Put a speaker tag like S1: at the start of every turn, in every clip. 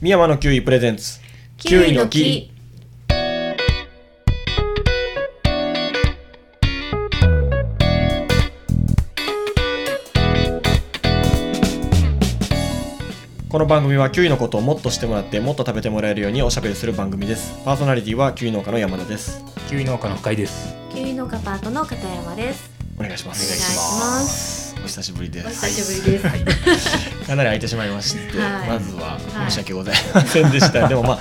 S1: 三山のキウイプレゼンツ。
S2: キウイの木。
S1: この番組はキウイのことをもっとしてもらって、もっと食べてもらえるようにおしゃべりする番組です。パーソナリティはキウイ農家の山田です。
S3: キウイ農家の深井です。
S2: キウイ農家パートの片山です。
S1: お願いしま
S2: お願い
S1: す。
S2: します。
S1: お久しぶりで
S2: お
S1: す。
S2: 久しぶりです。
S1: かなり空いてしまいまして、
S2: はい
S1: まずは
S2: は
S1: 申
S2: い
S1: し訳ございませんで した。でもま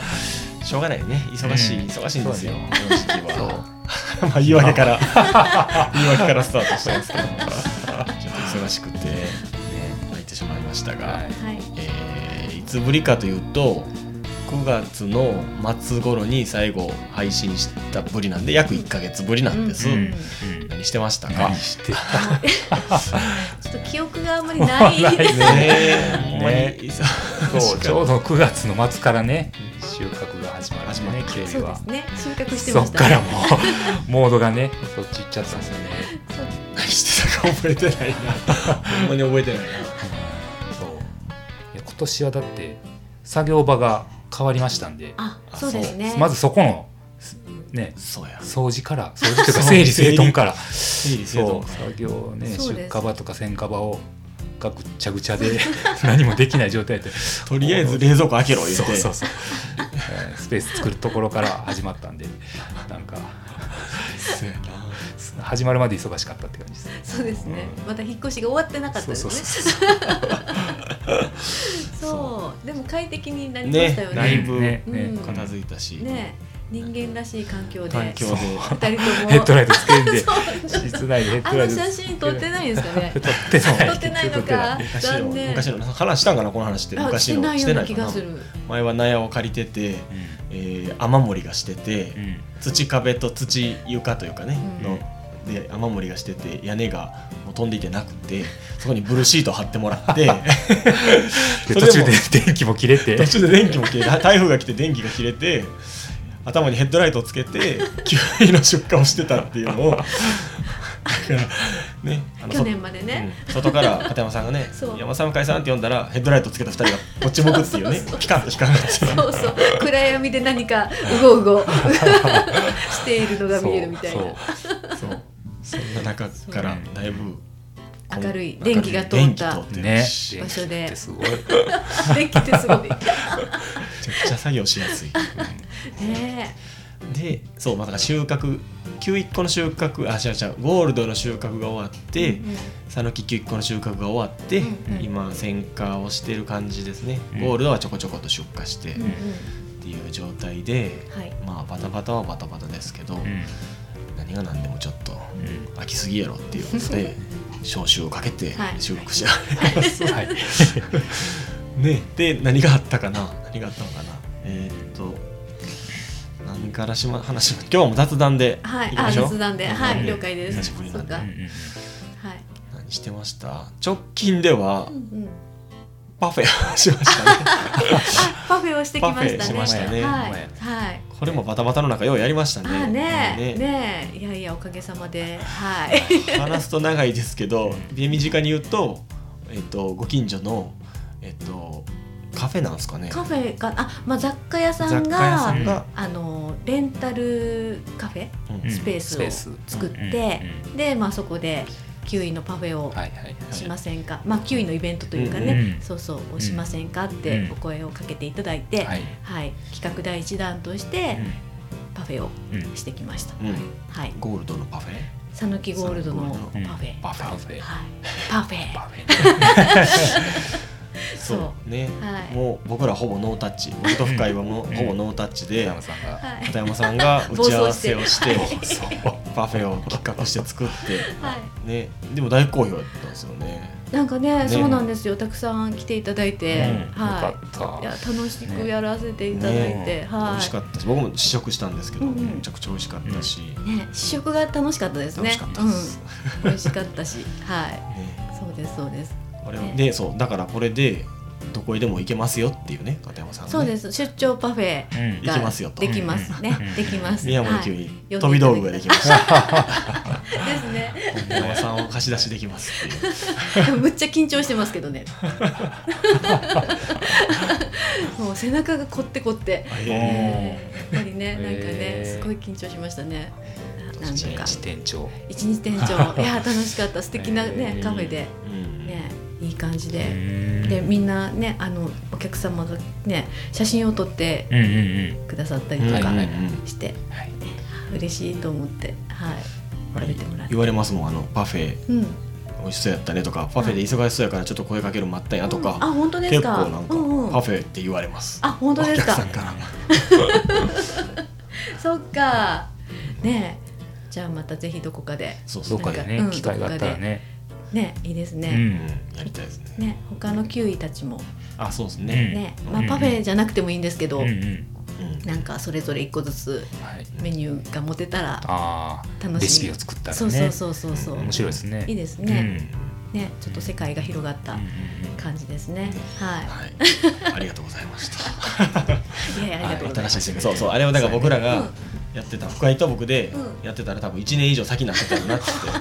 S1: あ、しょうがないね。忙しい、
S3: うん
S1: 忙しいんですよ。
S3: そうね
S1: この時期は。 まあ、言い訳から、 言い訳からスタートしたんですけど、ちょっと忙しくて、空いてしまいましたが。
S3: はい
S2: はい。
S1: えーいつぶりかというと9月の末頃に最後配信したぶりなんで約1か月ぶりなんです、
S2: うん
S3: うん
S1: 何してましたか
S3: 何
S1: ね
S3: してた
S2: ちょっと記憶があんまりない。
S1: えほんまに
S3: ね
S1: 忙し
S3: そう
S1: く
S3: ちょうど9月の末からね収穫が始まるんでね
S1: 始
S3: キウイ
S2: そうで
S3: は
S2: すね。収穫して
S3: そ
S2: ま
S3: っ
S2: し
S3: か
S2: た
S3: ら
S2: ね。
S3: も うモードがねそっち行っちゃったんですよね
S1: 何してたか覚えてないなほんまに覚えてない
S3: そういや今年はだって作業場が変わりましたんで
S2: あ、そうですね。
S3: まずそこのね
S1: なそうや
S3: 掃除から掃除というか
S1: そう
S3: 整理整頓から
S1: 整理整
S3: そ
S1: 頓
S3: う作業をね
S2: そう
S3: 出
S2: です
S3: 荷場とか選果場をがぐっちゃぐち ゃで何もできない状態で
S1: とりあえず冷蔵庫開けろ言って
S3: そうそうそうえースペース作るところから始まったんでなんか
S1: そうやな
S3: 始まるまで忙しかったって感じです
S2: そうですね。また引っ越しが終わってなかったですね。
S3: そう
S2: そう。でも快適になりまし
S1: ね
S2: たよ
S1: だい
S2: ね。
S1: ぶ
S3: ね
S2: う
S3: ね
S2: ん
S1: 片付いたし、
S2: ね、人間らしい環境で。
S1: 環
S2: 二
S1: 境
S2: 人
S1: で
S2: とも。
S3: ヘッドライトつけんで
S2: そう
S3: 室内でヘッ
S2: あ
S3: ドラ
S2: の
S3: イト
S2: 写真撮ってないんですかね
S3: 撮。ってない
S2: 撮ってないのか
S1: 昔の
S2: 残念
S1: 昔の話したんかなこの話って
S2: あ、
S1: 昔
S2: してな
S1: の
S2: いような
S1: か
S2: 気がする。
S1: 前は納屋を借りててえー雨漏りがしてて、
S3: うんうん
S1: 土壁と土床というかね、
S2: うん
S1: ので雨漏りがしてて屋根がもう飛んでいてなくてそこにブルーシート貼ってもら って
S3: で
S1: それでも
S3: 途中で電気も切れて
S1: 途中で電気も切れ台風が来て電気が切れて頭にヘッドライトをつけてキウイの出荷をしてたっていうのをだからねあの
S2: 去年までね。
S1: うん外から片山さんがね
S2: そ
S1: 「
S2: う
S1: 山さん向井さん」って呼んだらヘッドライトつけた2人がこっち向くっていうね
S2: そうそう
S1: ピカッと光るっていう
S2: そうそう暗闇で何かうごうご しているのが見えるみたい
S3: そう
S2: な
S1: そうそんな中からだいぶこん
S2: 明るい電気が通
S1: 電
S2: っ
S1: 気通
S2: た
S1: っ
S3: そう
S1: てる
S3: ね
S1: し
S2: 場所で
S3: 電気ってすごい
S2: 電気って すごい
S1: めちゃくちゃ作業しやすい
S2: ね
S1: でそうまあだから収穫9個の収穫あ違う違うゴールドの収穫が終わって
S2: え
S1: 讃岐9個の収穫が終わって、
S2: うんうん
S1: 今選果をしてる感じですね、
S3: うん
S1: ゴールドはちょこちょこと出荷してっ
S2: うんうんうん
S1: ていう状態で、
S2: はい
S1: まあバタバタはバタバタですけど、
S3: うん
S1: 何が何でもちょっと
S3: うん
S1: 飽きすぎやろっていうこと で消臭をかけて
S2: はい
S1: 収穫して、
S3: はい
S1: ねで何があったかな何があったのかなえー、っと何からしま話しま今日はもう雑談で
S2: はい
S1: き
S2: あ
S1: ましょう
S2: 雑談では
S1: うん
S2: い了解です
S1: 久しぶりなんで
S2: そっ
S3: う
S2: か
S3: んうん
S2: はい
S1: 何してました直近では
S2: うんうん
S1: パフェをしましたね
S2: あパフェをしてきましたね
S1: パフェしましたね
S2: はい
S3: 前
S2: はい
S1: これもバタバタの中ようやりましたね
S2: あね
S1: うん
S2: ねいやいやおかげさまで はい
S1: 話すと長いですけどで身近に言うとえっとご近所のえっとカフェなんですかね
S2: カフェかあまあ雑貨屋さん
S1: 雑貨屋さ
S2: が
S1: んが、
S2: あのレンタルカフェ
S1: うん
S3: うん
S2: スペースを作ってでまあそこでキウイのパフェ
S3: う
S2: を
S3: んはいはいはい
S2: しませんか、まあキウイのイベントというかね、
S3: うん
S2: そうそうをしませんかって
S3: うん
S2: お声をかけていただいて、
S3: はい
S2: はい、企画第一弾としてパフェを
S3: うんうん
S2: してきました、
S1: うん
S2: はい
S1: ゴールドのパフェ
S2: さぬきゴールドの
S1: 讃
S2: パ
S3: 岐ゴールドの
S2: フェ、
S1: パフ
S3: パ
S1: ェ
S3: フェ
S2: はい、パフェ
S3: パフェ
S2: そう
S1: ね、
S2: はい
S1: もう僕らほぼノータッチ僕と深井はもうほぼノータッチで
S3: 山さんが
S2: はい
S1: 片山さん が打ち合わせをして
S2: 暴走
S3: そう
S1: パフェを企画して作って、
S2: は
S1: ね、でも大好評だったんですよね
S2: なんかね
S1: ね
S2: そうなんですよたくさん来ていただいて、
S1: うん
S2: は
S3: よ
S2: い
S3: か
S2: いや
S3: っ
S2: 楽しくやらせていただいて、
S3: ね
S1: 美
S2: は
S1: 味し
S2: い
S1: かったし僕も試食したんですけど、
S2: うんうん
S1: めちゃくちゃ美味しかったし、
S2: ね、試食が楽しかったです
S1: 楽し
S2: ね。
S1: かったです、
S2: うん、美味しかったし、はい、
S1: ね
S2: そうですそうです。
S1: あれはでそうだからこれでどこへでも行けますよっていうね片山さんがね、
S2: そうです。出張パフェ
S3: たうん
S2: が
S1: 行きますよと
S2: できますね
S3: うん。
S2: できます。
S1: 宮本急
S2: はい
S1: に飛び道具ができました
S2: ですね。
S1: 片山さんを貸し出しできますっていう
S2: むっちゃ緊張してますけどね。 もう背中が凝って凝って、
S1: あへ
S3: うん
S1: え
S2: えーやっぱりねなんかね、
S3: えー
S2: すごい緊張しましたねなん
S3: 一
S2: か
S3: 日店長
S2: 一日店長いや楽しかった素敵なね、
S3: えー
S2: カフェで
S1: うん
S2: ねいい感じで。で
S3: で
S2: みんなねあのお客様がね写真を撮って
S3: うんうんうん
S2: くださったり
S1: うん
S2: と
S1: うん
S2: か
S1: うん
S2: して、
S3: はい
S2: 嬉しいと思ってはい食べてもらって
S1: 言われますもんあのパフェ
S2: うん
S1: 美味しそうやったねとかパフェで忙しそうやからちょっと声かけるの待ったんやと
S2: う
S1: か
S2: ん、あ本当で
S1: 結
S2: す
S1: 構
S2: か
S1: なんか
S2: うんうん、
S1: パフェって言われます
S2: あ本当です
S1: お客さ
S2: か
S1: んから
S2: そっかねえじゃあまたぜひどこかで
S1: そうそ
S3: ど
S1: う
S3: っかで
S2: な
S3: ね
S2: んかうん
S3: 機会があったらね
S2: ねいいです
S3: う
S2: ね、
S1: うん
S3: ん
S1: やりたいですね
S2: ね他のキウイたちも
S1: あそうですね
S2: ね、
S1: うん
S2: まあ
S3: うん
S2: パフェじゃなくてもいいんですけど、
S3: うんうん
S1: うん
S2: なんかそれぞれ一個ずつ
S3: はい
S2: メニューが持てたら
S3: ああ
S2: 楽しみ
S3: レシピを作ったら
S2: そうそう
S3: ね
S2: そうそうそう、
S3: 面白いですね
S2: いい
S3: で
S2: ですね、ねちょっと世界が広がった感じですね、はい
S1: はいありがとうございました
S2: いやいや、ありがとうございます。
S1: 新しい世界そうそうあれはだから僕ら
S2: う
S1: が
S2: ん
S1: やってた深井と僕で
S2: うん
S1: やってたら多分1年以上先になってたよなって 言って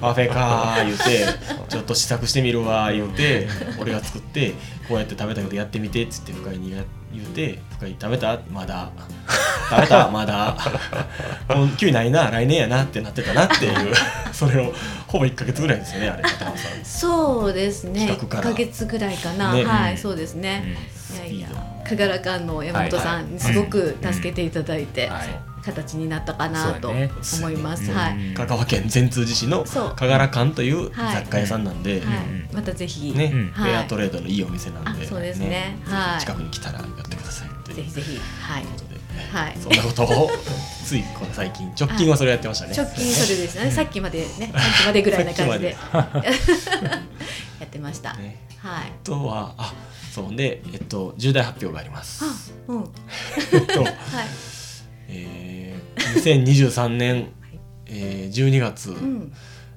S1: パフェかー言うてちょっと試作してみるわー言うて俺が作ってこうやって食べたけどやってみてっつって深井にや言うて深井食べたまだ食べ たまだもう急にないな来年やなってなってたなっていうそれをほぼ1か月ぐらいですよねあれ片山さん
S2: そうですね。
S1: 企
S2: 一
S1: 画から
S2: ヶ月ぐらいかな。
S1: ね
S2: は
S3: うん
S2: い、そうですね。いやいや
S1: スピー、
S2: かがらかんの山本さんに
S3: はい
S2: す
S3: は
S2: ご
S3: い
S2: く助けていただいて、
S3: はい
S2: 形になったか
S3: そう
S2: な
S3: だ
S2: と
S3: ね
S2: 思います。
S3: うん
S2: はい。
S1: 香川県善通寺市の
S2: そう
S1: 香川館という
S2: はい
S1: 雑貨屋さんなんで、
S2: は
S3: うん
S2: い、またぜひ、
S1: ね、
S3: うん
S1: フェアトレードのいいお店なんで、
S2: あそうですねはい
S1: 近くに来たらやってくださいと
S2: ぜ
S1: いう
S2: ひ
S1: こ
S2: ぜひ、はい。
S1: とで、
S2: はい。
S1: そんなことを ついこの最近直近はそれやってましたね。
S2: 直近それですね。さっきまでね、さっきまでぐらいな感じで やってました。
S1: ね
S2: はい。
S1: あとはあそうでえっと重大発表があります。
S2: あ、うん、はい。
S1: えっと、えー、2023年、えー、12月、
S2: うん。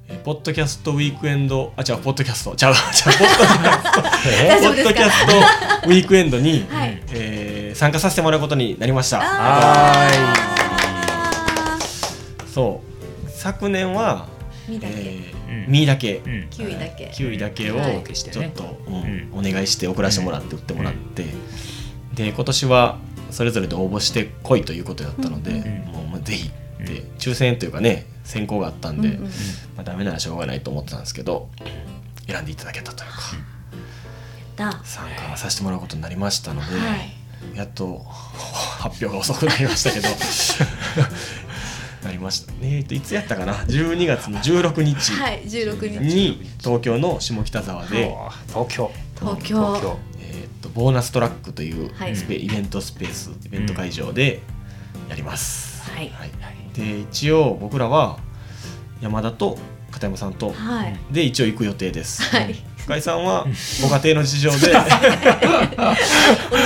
S1: えーポッドキャストウィークエンドあ違うポッドキャスト違う違うポッドキャスト
S3: え
S2: 大
S1: ポ
S2: 丈夫
S1: ッ
S2: です
S1: ド
S2: か
S1: キャストウィークエンドに、
S2: はい。
S1: えー参加させてもらうことになりました。
S2: あー
S1: そう昨年は
S2: 身だけ、
S1: えー
S3: うん
S1: 身だけ、
S3: うん
S2: キウイだけ。
S1: キウイだけを
S3: お
S2: はい
S3: 届けして
S1: ちょっ
S3: ね
S1: と、
S3: ん
S1: うんお願いして送らせてもらって売ってもらって、で今年はそれぞれで応募してこいということだったので、
S2: うん
S3: うん
S1: もうまあぜひって、
S3: う
S1: 抽選というかね選考があったんで、
S2: うんうん
S1: まあ、ダメならしょうがないと思ってたんですけど選んでいただけたというか
S2: だ。は
S1: 参加させてもらうことになりましたので、
S2: い。
S1: やっと発表が遅くなりましたけど なりましたねえっといつやったかな12月の16日、
S2: はい、十六日。
S1: に東京の下北沢で、
S2: はい
S3: おー東京
S2: 東
S3: 東
S2: 京。
S3: 京
S1: えーっとボーナストラックという
S2: はい
S1: スペ、イベントスペースイベント会場でやります、
S2: はい
S1: で一応僕らは山田と片山さんと
S2: はい。
S1: で一応行く予定です、
S2: はい。
S1: 深井さんはご家庭の事情で
S2: お留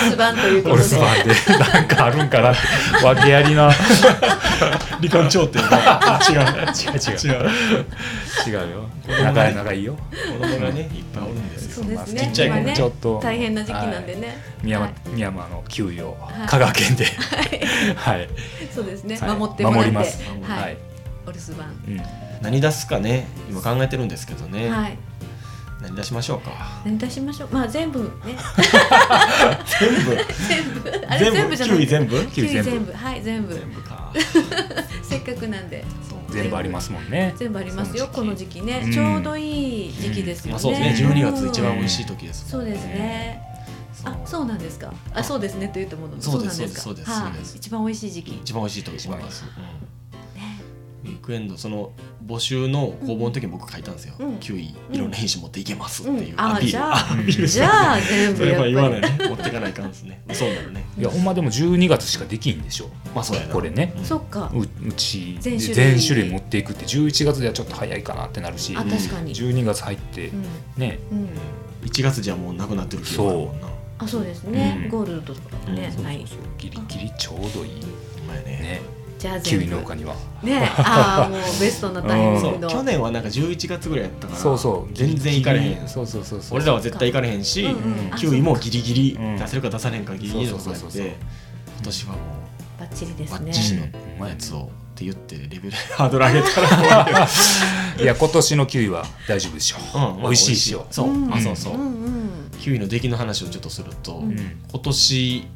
S2: 守番というこ
S3: お
S2: と
S3: 留
S2: で。
S3: 守番でなんかあるんかなって訳ありな
S1: 離婚調 停が違
S3: 違う違う
S1: う違う
S3: 違うよ仲仲いいよ
S1: 子供がねいっぱいおるんですよ
S2: そうですね。
S1: ちっちゃい頃
S2: 今ね
S3: ちょっと
S2: 大変な時期なんでね。
S3: 宮
S2: は
S3: 山宮山の給与を
S2: はい
S3: 香川県ではい
S2: い。そうですね。
S3: はい
S2: 守ってもらっ
S3: 守
S2: て。
S3: りま
S2: は。
S3: すはいい
S2: お留守番。
S3: うん
S1: 何出すかね今考えてるんですけどね、
S2: はい。
S1: 何出しましょうか
S2: 何出しましょう。まあ全部ね。
S1: 全部
S2: 全部。あれ全部じゃな
S1: キウイ
S2: い。
S1: 全部
S2: キウイ
S3: キウイ全部
S2: 全部。はい、全部。
S1: 全部か
S2: せっかくなんで。
S3: 全部ありますもんね
S2: 全部ありますよ。
S3: そ
S2: この時期ね
S3: う。ん
S2: ちょうどいい時期ですよ
S1: まあ
S2: ね。
S1: そうですね12月一番美味しい時です
S2: そうですね。あ、そうなんですか。あ、そうですねと言うともの。
S1: そうです
S2: なんか
S1: そうですそうです
S2: は
S1: そう
S2: い
S1: です
S2: 一番美味しい時期。ね。
S1: 一番美味しいと思います。うんウィークエンドその募集の公募の時に僕書いたんですよ
S2: うん。
S1: キウイ
S2: うん
S1: いろんな品種持っていけますっていう
S2: うんあ
S1: アピー
S2: じ
S1: ル。
S2: ゃあ
S1: アピールし
S2: じ
S1: た
S2: ゃあ全
S1: そ
S2: 部
S1: れ
S2: や
S1: は
S2: っぱり
S1: 言わないね。持っていかないかんですね。そうなのね。
S3: いやほんまでも12月しかできんでしょ
S1: まあそうやな。
S3: これね
S1: うん
S2: そっか。
S3: ううち
S2: 全種類
S3: 全種類持っていくって11月ではちょっと早いかなってなるし
S2: あ、確かに。
S3: 12月入って
S2: うん。
S3: ね
S2: うん。
S1: 1月じゃもうなくなってる気がするもんな。
S2: あ、そうですね。
S3: うん
S2: ゴールドとかね、
S1: うん
S2: はい。
S3: そうそうギリギリちょうどいい
S1: お前ね。
S3: ね
S2: じゃあ
S3: キウ
S2: 全
S3: イ
S2: 部。
S3: 農家には
S2: ね、ああもうベストなタイミ
S3: うん
S1: そ
S2: ング
S1: う
S2: の。
S1: 去年はなんか11月ぐらいやったから。
S3: そうそう
S1: 全然行かれへ
S3: ギリギ
S1: ん
S3: リ。そうそうそうそう
S1: 俺らは絶対行かれへんし
S2: うん、
S3: うん
S2: あ
S1: キウイもギリギリ
S3: うん
S1: 出せるか出されへんかギリギリとかや
S3: そう
S1: っ
S3: そうそうそう
S1: て、今年はもう。
S2: バッチリです
S1: バ
S2: ね
S1: ッ。チリのやつをって言ってレベルハードル上げたら
S3: いや今年のキウイは大丈夫でしょ、
S1: うん
S3: 美味しいしよ
S1: そう、
S2: うん
S1: あそうそう、
S2: うんうん。
S1: キウイの出来の話をちょっとすると、
S2: うん
S1: 今年い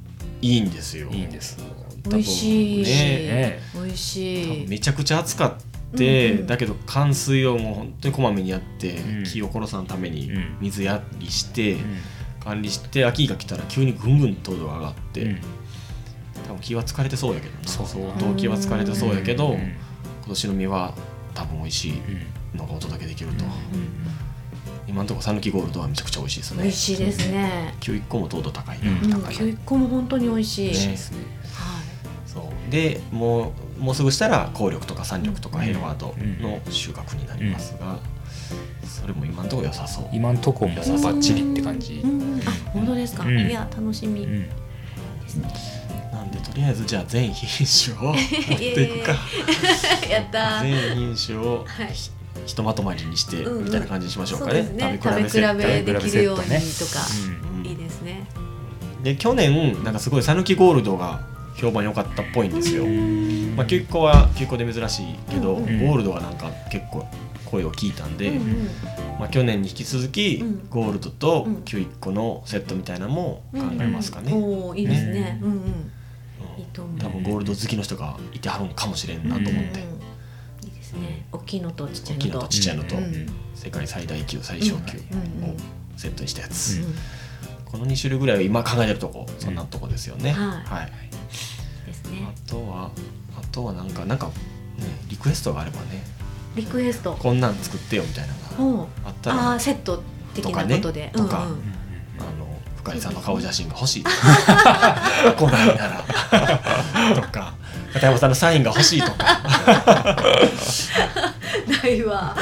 S1: いんですよ。
S3: いいんです
S1: 多分
S2: 美味しい
S1: ね
S3: ね
S2: 美味しい
S1: めちゃくちゃ暑かって、
S2: うんうん
S1: だけど冠水をもう本当にこまめにやって、
S3: うん
S1: 木を殺さんために
S3: うん
S1: 水やりして、
S3: うん
S1: 管理して秋が来たら急にぐんぐん糖度が上がって、
S3: うん
S1: 多分気は疲れてそうやけどな
S3: そう
S1: 相当気は疲れてそうやけど、
S3: うん
S1: 今年の実は多分美味しい
S3: うん
S1: のがお届けできると、
S2: うん
S1: 今のところ讃岐ゴールドはめちゃくちゃ美味しいですね
S2: 美味しいですね
S1: 今日1個も糖度高いな、
S3: うん
S2: うん
S1: 高い
S2: 今日一個も本当に美味しい
S1: ね
S3: すね
S2: はい
S1: そうでもうもうすぐしたら紅緑とか三緑とかヘルワードの収穫になりますが、それも今のところ良さそう
S3: 今んとこもバッチリって感じ
S2: うんうんあ本当ですか、
S3: うん
S2: いや楽しみ
S3: う
S2: で
S3: ん
S2: すね、
S1: なんでとりあえずじゃあ全品 種を持っていくか
S2: やったー
S1: 全品種をひ,、
S2: はい
S1: とまとまりにして
S2: うんうん
S1: みたいな感じにしましょう
S2: そ
S1: か
S2: う
S1: ね,、
S2: ですね
S1: 食
S2: 食
S1: べ比べ
S2: べ
S1: セッ
S2: 比
S1: ト
S2: べできるようにとか、
S3: う
S1: うん
S2: いいですね
S1: で去年なんかすごい讃岐ゴールドが評判良かったっぽいんですよ、
S3: ん
S1: まあ、休校は休校で珍しいけど、
S2: うん
S3: うん
S1: ゴールドはなんか結構声を聞いたんで、
S2: うんうん
S1: まあ、去年に引き続き、
S2: うん
S1: ゴールドと
S2: うん
S1: キウイ1個のセットみたいなのも考えますかね、
S2: うんうんおーいいですね
S3: ね
S2: うんうん
S1: うん
S2: いいと思う
S1: 多分ゴールド好きの人がいてはるんかもしれんなと思って、
S2: うんいいですね大きいのとちっち
S1: 大
S2: ゃい
S1: きい
S2: の
S1: の
S2: と
S1: とちっちゃいのと、
S2: うん
S1: 世界最大級最小級を
S2: うんうんうん
S1: セットにしたやつ、
S2: うん
S1: この2種類ぐらいは今考えてるとこそんなとこですよね、
S2: うん
S1: はい、
S2: です
S1: あ
S2: ね
S1: とはあとはなんかなんか、ね、リクエストがあればね
S2: リクエスト
S1: こんなん作ってよみたいなのが
S2: お
S1: あったら
S2: あ
S1: あ
S2: ーセット的なことで
S1: とかねと
S2: うんう
S1: の
S2: ん
S1: 深井さんの顔写真が欲しいと か来ないならとか片山さんのサインが欲しいとか
S2: な いわ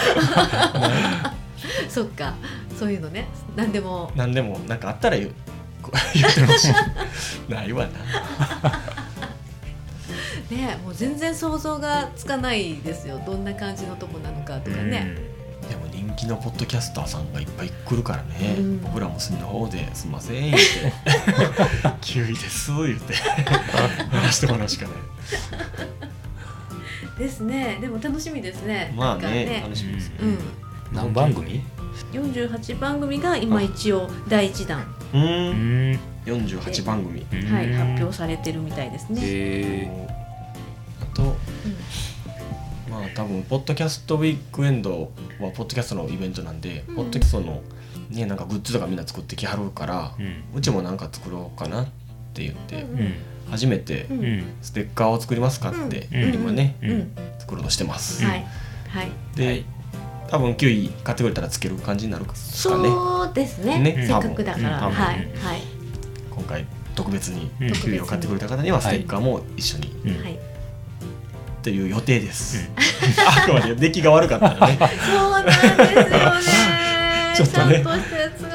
S2: そっかそういうのね何でも
S1: 何でもなんかあったら言うこう言ってほし いないわな
S2: ねもう全然想像がつかないですよどんな感じのとこなのかとかね、
S1: でも人気のポッドキャスターさんがいっぱい来るからね、
S2: うん
S1: 僕らも隅の方ですんません言って「キウイです」言って話してもらうしかない
S2: ですねでも楽しみですね
S1: まあ
S2: なんか
S1: ね楽しみですね、
S2: う、
S3: うん何番組
S2: 48番組が今一応第1弾、
S1: う
S3: うんん
S1: 48番組
S2: はい、発表
S3: さ
S2: されてるみたいですね、
S3: え
S1: あとまあ多分ポッドキャストウィークエンドはポッドキャストのイベントなんで、
S2: うん
S1: ポッドキャストのねなんかグッズとかみんな作ってきはるから、
S3: うん
S1: うちもなんか作ろうかなって言って、
S2: うん
S3: うん
S1: 初めて
S2: うん
S3: うん
S1: ステッカーを作りますかって、
S3: うん
S1: 今ね、
S2: うん
S3: うん
S1: 作ろうとしてます、
S2: はいはい
S1: で、
S3: はい
S1: 多分9位買ってくれたらつける感じになるかね
S2: そうですね
S1: ね
S2: せっかくだから、
S1: 多分うん
S2: はい
S3: 多
S2: はい、
S1: 今回特別に
S3: うん
S1: 9位を買ってくれた方にはステッカーも一緒に
S3: うん
S2: はい、
S1: っていう予定です、
S3: うん
S1: あくまで出来が悪かったらね
S2: そうなんですよね
S1: ちょっとね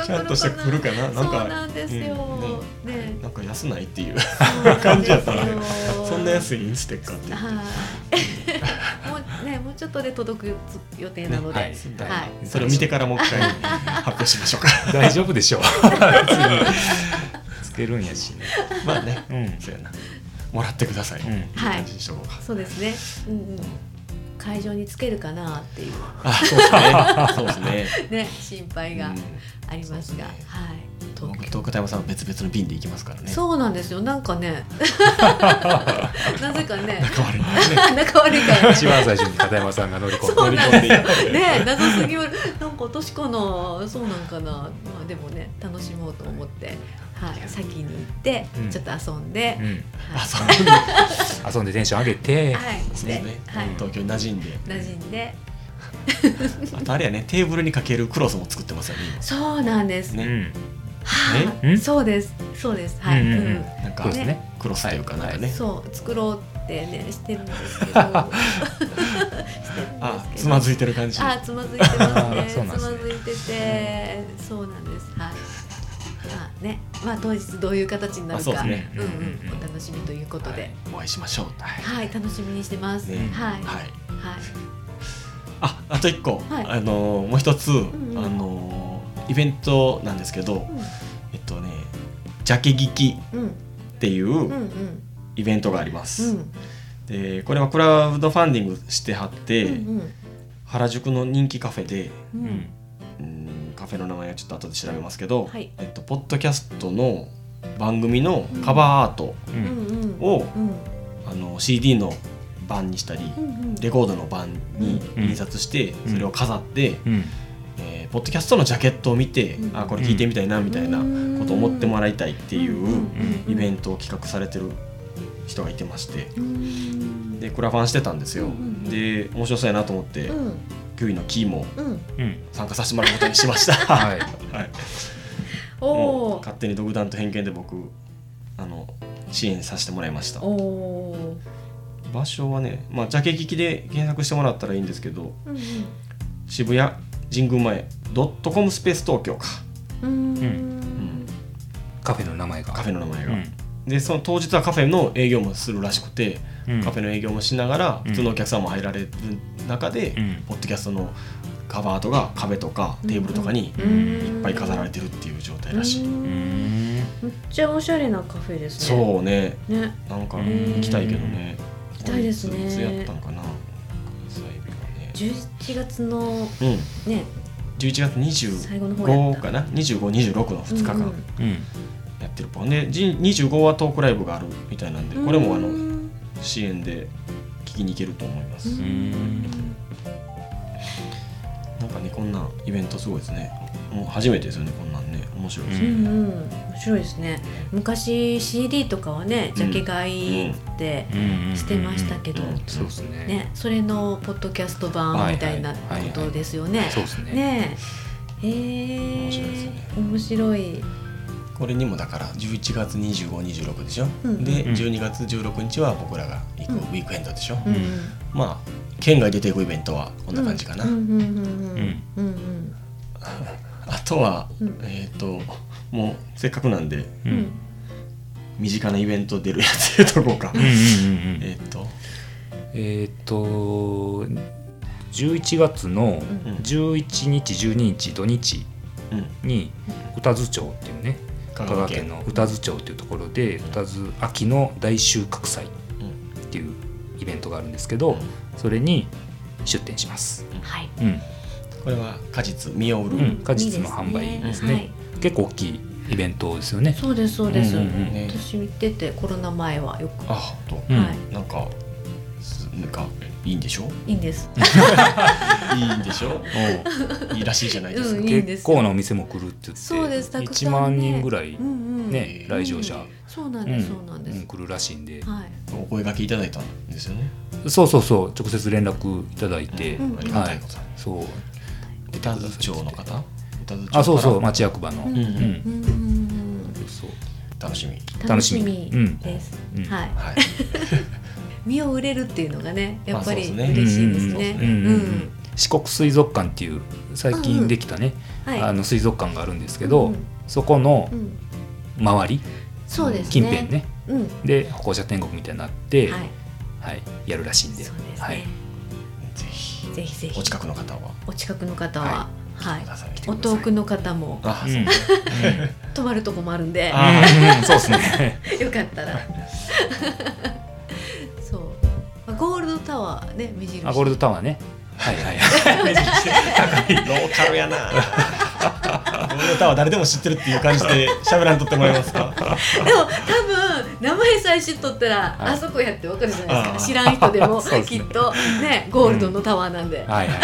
S2: ちゃんとしたやつが来るかな
S1: ちゃんとしてくるかななんか
S2: そうなんですよ、
S1: う
S2: ね
S1: なんか安ないっていう
S2: 感
S1: じやったねそ
S2: そ
S1: んな安
S2: い。
S1: いステッカーって
S2: はい。もうね、もうちょっとで届く予定なので、
S3: ねはい
S2: はい
S1: それを見てからもう一回 発表しましょうか
S3: 大丈夫でしょうつけるんやしね
S1: まあね
S3: うん
S1: そうやなもらってください、
S3: うん
S1: いい感じにしとこうか、
S2: そうですね。うんうん。会場につけるかなっていう
S1: あそうですねそうですね
S2: ね心配がありま
S1: うん
S2: すが、
S1: そうですね
S2: はい。東
S1: 僕
S2: 京。
S1: と片山さんは別々の瓶で行きますからね
S2: そうなんですよ。なんか ね、なぜかね、
S1: 仲悪いな
S2: 仲悪いからね
S3: 一。番最初に片山さんが乗り込
S2: そ
S3: んで
S2: う
S1: 乗り
S2: なん
S1: 込んでいい
S2: ね謎すぎるなんか私かなそうなんかなまあでもね楽しもうと思って、はい、先に行って、
S3: うん
S2: ちょっと遊んで、
S3: うん
S1: あ
S2: は
S1: そうなんだ
S3: 遊んでテンション上げて
S2: い、はい、
S1: そう
S2: で、
S1: ね、
S2: はい、
S1: 東京に馴染んで
S2: 馴染んで、
S1: あとあれやねテーブルにかけるクロスも作ってますよね
S2: そうなんです。
S1: ね
S3: うん
S2: は
S3: え
S2: い、そうです、そうです、はい、
S3: うん
S2: う
S3: うん
S2: ん
S3: うん
S1: 今なん
S3: ク
S1: か
S3: ロスね
S1: クロスというかなんかね、
S2: そう作ろうってねしてるんです けど、 してるん
S1: あ
S2: です
S1: つ
S2: けど
S1: ま。ずいてる感じ
S2: あ、つまずいてますね。
S3: あそうなん
S2: つ
S3: です
S2: ま
S3: ね
S2: ずいてて、そうなんです。はい。まあね、まあ当日どういう形にな
S1: あ
S2: る
S1: そう
S2: か、
S1: ですね
S2: うんうん
S3: うんうんう、ん
S2: お楽しみということで、
S1: お会いしましょうはい、
S2: はい、楽しみにしてます。
S1: ね
S2: はい、は
S1: はい
S2: い、
S1: ああと一個、
S2: はい
S1: あのーもう一つ、
S2: んうん
S1: あのーイベントなんですけど、
S2: う
S1: えっとねジャケ聞き
S2: ん、うん、
S1: ってい
S2: うん、う、
S1: うんイベントがありま
S2: う
S1: す、
S2: ん、
S1: でこれはクラウドファンディングしてはって、
S2: うん、
S1: 原宿の人気カフェで、
S2: う
S3: うんん、
S1: うん、カフェの名前はちょっと後で調べますけど、
S2: はい
S1: えっと、ポッドキャストの番組のカバーアート
S3: う
S2: うん
S3: ん
S2: うん
S1: を、
S2: うん
S1: あの CD の版にしたり、
S2: うん
S1: レコードの版に印刷して、
S3: うん
S1: それを飾って、
S3: うん
S1: えーポッドキャストのジャケットを見て、
S2: うん
S1: あこれ聞いてみたいなみたいなことを思ってもらいたいってい
S2: ん
S1: う
S2: うん
S1: イベントを企画されてる人がいてまして
S2: うん
S1: でクラファンしてたんですよ、
S2: うんうん
S1: で面白そうやなと思って、
S2: うん
S1: キュウイのキーも
S2: うん
S3: うん
S1: 参加させてもらうことにしました、 は
S3: はい
S1: い、も
S2: お
S1: う
S2: お
S1: 勝手に独断と偏見で僕あの支援させてもらいました
S2: おお
S1: 場所はね、まあ、ジャケ聞きで検索してもらったらいいんですけど
S2: うん
S1: 渋谷神宮前ドットコムスペース東京か
S2: うんう
S3: うん
S2: ん
S3: カフェの名前が
S1: カフェの名前が、
S3: うん
S1: でその当日はカフェの営業もするらしくて、
S3: うん
S1: カフェの営業もしながら
S3: うん
S1: 普通のお客さんも入られる中で、
S3: うん
S1: ポッドキャストのカバーとか壁とかテーブルとかに
S2: う
S1: いっ
S2: ん
S1: ぱい飾られてるっていう状態らしい、
S3: う
S2: うん
S3: ん
S2: めっちゃおしゃれなカフェですね
S1: そうね
S2: うね
S1: なんか
S3: うん
S1: 行きたいけどね
S2: 行きたいですね
S1: こいついつやったんかな開催日
S2: 11月の
S1: がねうん
S2: ね
S1: 11月
S2: 最後の方やっ
S1: 25
S2: た
S1: かな2526の2日
S2: うん
S1: 間
S2: うん
S3: うん
S1: やってるっぽいでじ25はトークライブがあるみたいなんでこれもあ
S2: う
S1: の
S2: ん
S1: 支援で聞きに行けると思います
S3: ん
S1: なんかねこんなイベントすごいですねもう初めてですよねこんなんね面白いです
S2: う
S1: ね、
S2: んうん面白いですね昔 CD とかはねジャケ買いって
S3: うん
S2: してましたけど、
S1: うんうん
S3: そうですね
S2: ねそれのポッドキャスト版みたいなことですよね。
S3: そうですね
S2: ねええ
S1: 面白いですね
S2: ー、面白い。
S1: これにもだから11月2526でしょ、
S2: うん
S1: で
S3: うん
S1: 12月16日は僕らが行くウィークエンドでしょ、
S2: うん
S1: まあ県外出ていくイベントはこんな感じかな、
S2: うんうんうんうんうん
S1: あとは、
S2: うん
S1: えっ、ともうせっかくなんで
S3: う
S2: うんん
S3: うん
S1: 身近なイベント出るやつやっとこうか、
S3: うんうんうん
S1: えっと
S3: えーっと11月の
S1: うん
S3: 11日12日土日
S1: うん
S3: に歌津町っていうね
S1: 香
S3: 香
S1: 川
S3: 川
S1: 県
S3: 県の歌津町っていうところで歌津秋の大収穫祭っていうイベントがあるんですけどそれに出店します、
S2: はい。
S3: うん
S1: これは果実実を売る、
S3: うん果実の販売ですね
S2: いいはい
S3: 結構大きいイベントですよね
S2: そうですそうです。
S3: うんうんうん
S1: ね
S2: 私見ててコロナ前はよく、
S1: あほんと、
S3: うん
S2: はい
S1: なんかすなんかいいんでしょ
S2: いいんです。
S1: いいんでしょ いいらしいじゃないですか、
S2: うんいいんですよ
S3: 結構なお店も来るって言って
S2: そうですたくさん
S3: 1万
S2: ね
S3: 人ぐらい
S2: うんうん。
S3: ね、
S1: うん
S3: 来場者、
S2: そうなん
S3: う
S2: で
S3: ん
S2: す、そうなんで
S3: うん
S2: す。
S3: 来るらしいんで、
S2: はい。
S1: お声掛けいただいたんですよね、
S3: そうそうそう直接連絡いただいて、
S2: うん
S1: ありがたいこと、
S3: そう
S1: 歌津町の方歌津町
S3: あそうそう
S1: から
S3: 町役場の、
S2: うん
S3: う
S2: うんんうん
S3: そう
S1: 楽しみ
S2: うん。
S3: 楽しみうん
S2: です。
S3: うん
S2: はい。
S1: はい
S2: 身を売れるっていうのがねやっぱり
S1: あそうですね
S2: 嬉しいですね。
S1: う
S2: うんん
S3: 四国水族館っていう最近できたね、
S2: はい。
S3: あの水族館があるんですけど、
S2: うん
S3: そこの
S2: うんうん
S3: 周り、
S2: そうですね。
S3: 近辺。ね
S2: うん。は
S3: で歩行者天国みたいになって、
S2: い
S3: はい。やるらしいんで
S2: そうですね。
S3: はい、
S1: ぜひ
S2: ぜひぜひ
S1: お近くの方は
S2: お近くの方は
S1: 来て
S2: はい
S1: く。ださい、
S2: お遠くの方も
S1: あ、
S3: う
S1: そ
S3: ん
S1: う
S3: うん
S2: 泊まるとこもあるんで
S1: あ
S3: うん そうですね
S2: よかったら。そう。まあゴールドタワーね目印。
S3: あゴールドタワーねはいはい
S1: ローカルやなこの歌は誰でも知ってるっていう感じで喋らんとってもらえますか
S2: でも多分名前さえ知っとったら、
S3: はい
S2: あそこやってわかるじゃないですか知
S1: あ
S2: らん人でも
S3: そうです
S2: き
S3: ね
S2: っとねゴールドのタワーなんで、あ
S3: はいはい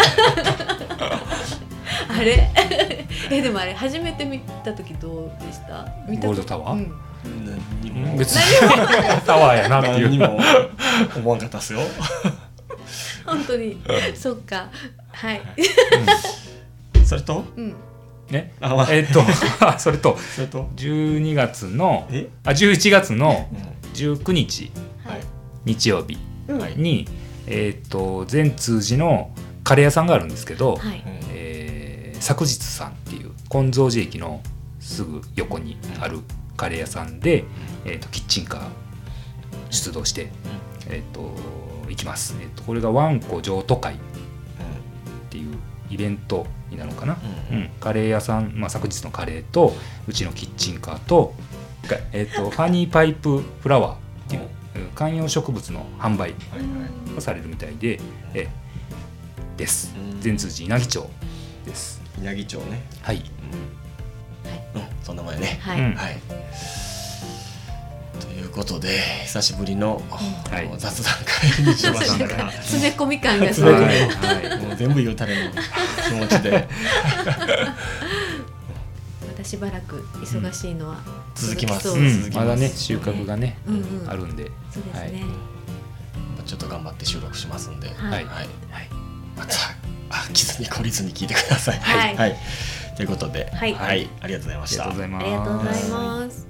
S2: れ えでもあれ初めて見た時どうでした見た
S3: ゴールドタワー
S2: うん
S1: 何に
S3: うん
S1: も
S3: 別にタワーやなってい
S1: 何に
S3: う
S1: も思わんかったっすよ
S2: 本当にそっかはい、
S1: それと
S2: うん、
S3: ね
S1: あ、まあ、
S3: えっとそれと
S1: それと
S3: 12月の
S1: え
S3: あ11月の
S1: う
S3: 19日
S2: はい、
S3: 日曜日
S2: うん
S1: んは
S2: はい
S1: い
S3: に、えー、と全通寺のカレー屋さんがあるんですけど、
S1: うん
S3: えー昨日さんっていう金蔵寺駅のすぐ横にあるカレー屋さんで、えー、とキッチンカー出動して、えー、と行きます、えーとこれがわんこ譲渡会っていうイベントになるのかな、
S1: う
S3: うんんカレー屋さん、まあ、昨日のカレーとうちのキッチンカーと,が、えー、とファニーパイプフラワーっていううん観葉植物の販売
S1: はいはい
S3: がされるみたいで、えです
S1: うん
S3: 善通寺稲城町です、
S1: 稲城町ね、
S3: はい
S1: うん、そんなもんやね、
S2: はい、
S3: うん
S1: はいということで久しぶりの、
S3: はい
S1: もう雑談会にしまし
S3: 雑
S1: た
S3: 談
S1: が
S3: 会
S2: 詰め込み感がすご
S3: はい
S1: 詰め込み
S2: ね
S3: い
S1: もう全部言うたれの気持ち で
S2: またしばらく忙しいのは
S1: 続きます
S2: そううです
S3: ん
S1: 続き
S3: ま
S1: ま
S3: だ
S1: す
S3: ね収穫がね
S2: うんうん
S3: あるんで
S2: そうですね、
S1: ちょっと頑張って収録しますんで、
S2: はい
S3: はい
S1: はい、また飽きずに懲りずに聞いてください。
S2: はい
S1: ということで、
S2: はい
S1: ありがとうございま
S3: あ
S1: し
S3: りがと
S1: た
S3: うご。ざい
S2: ありがとうご
S3: ま
S2: ざい
S3: す。
S2: ます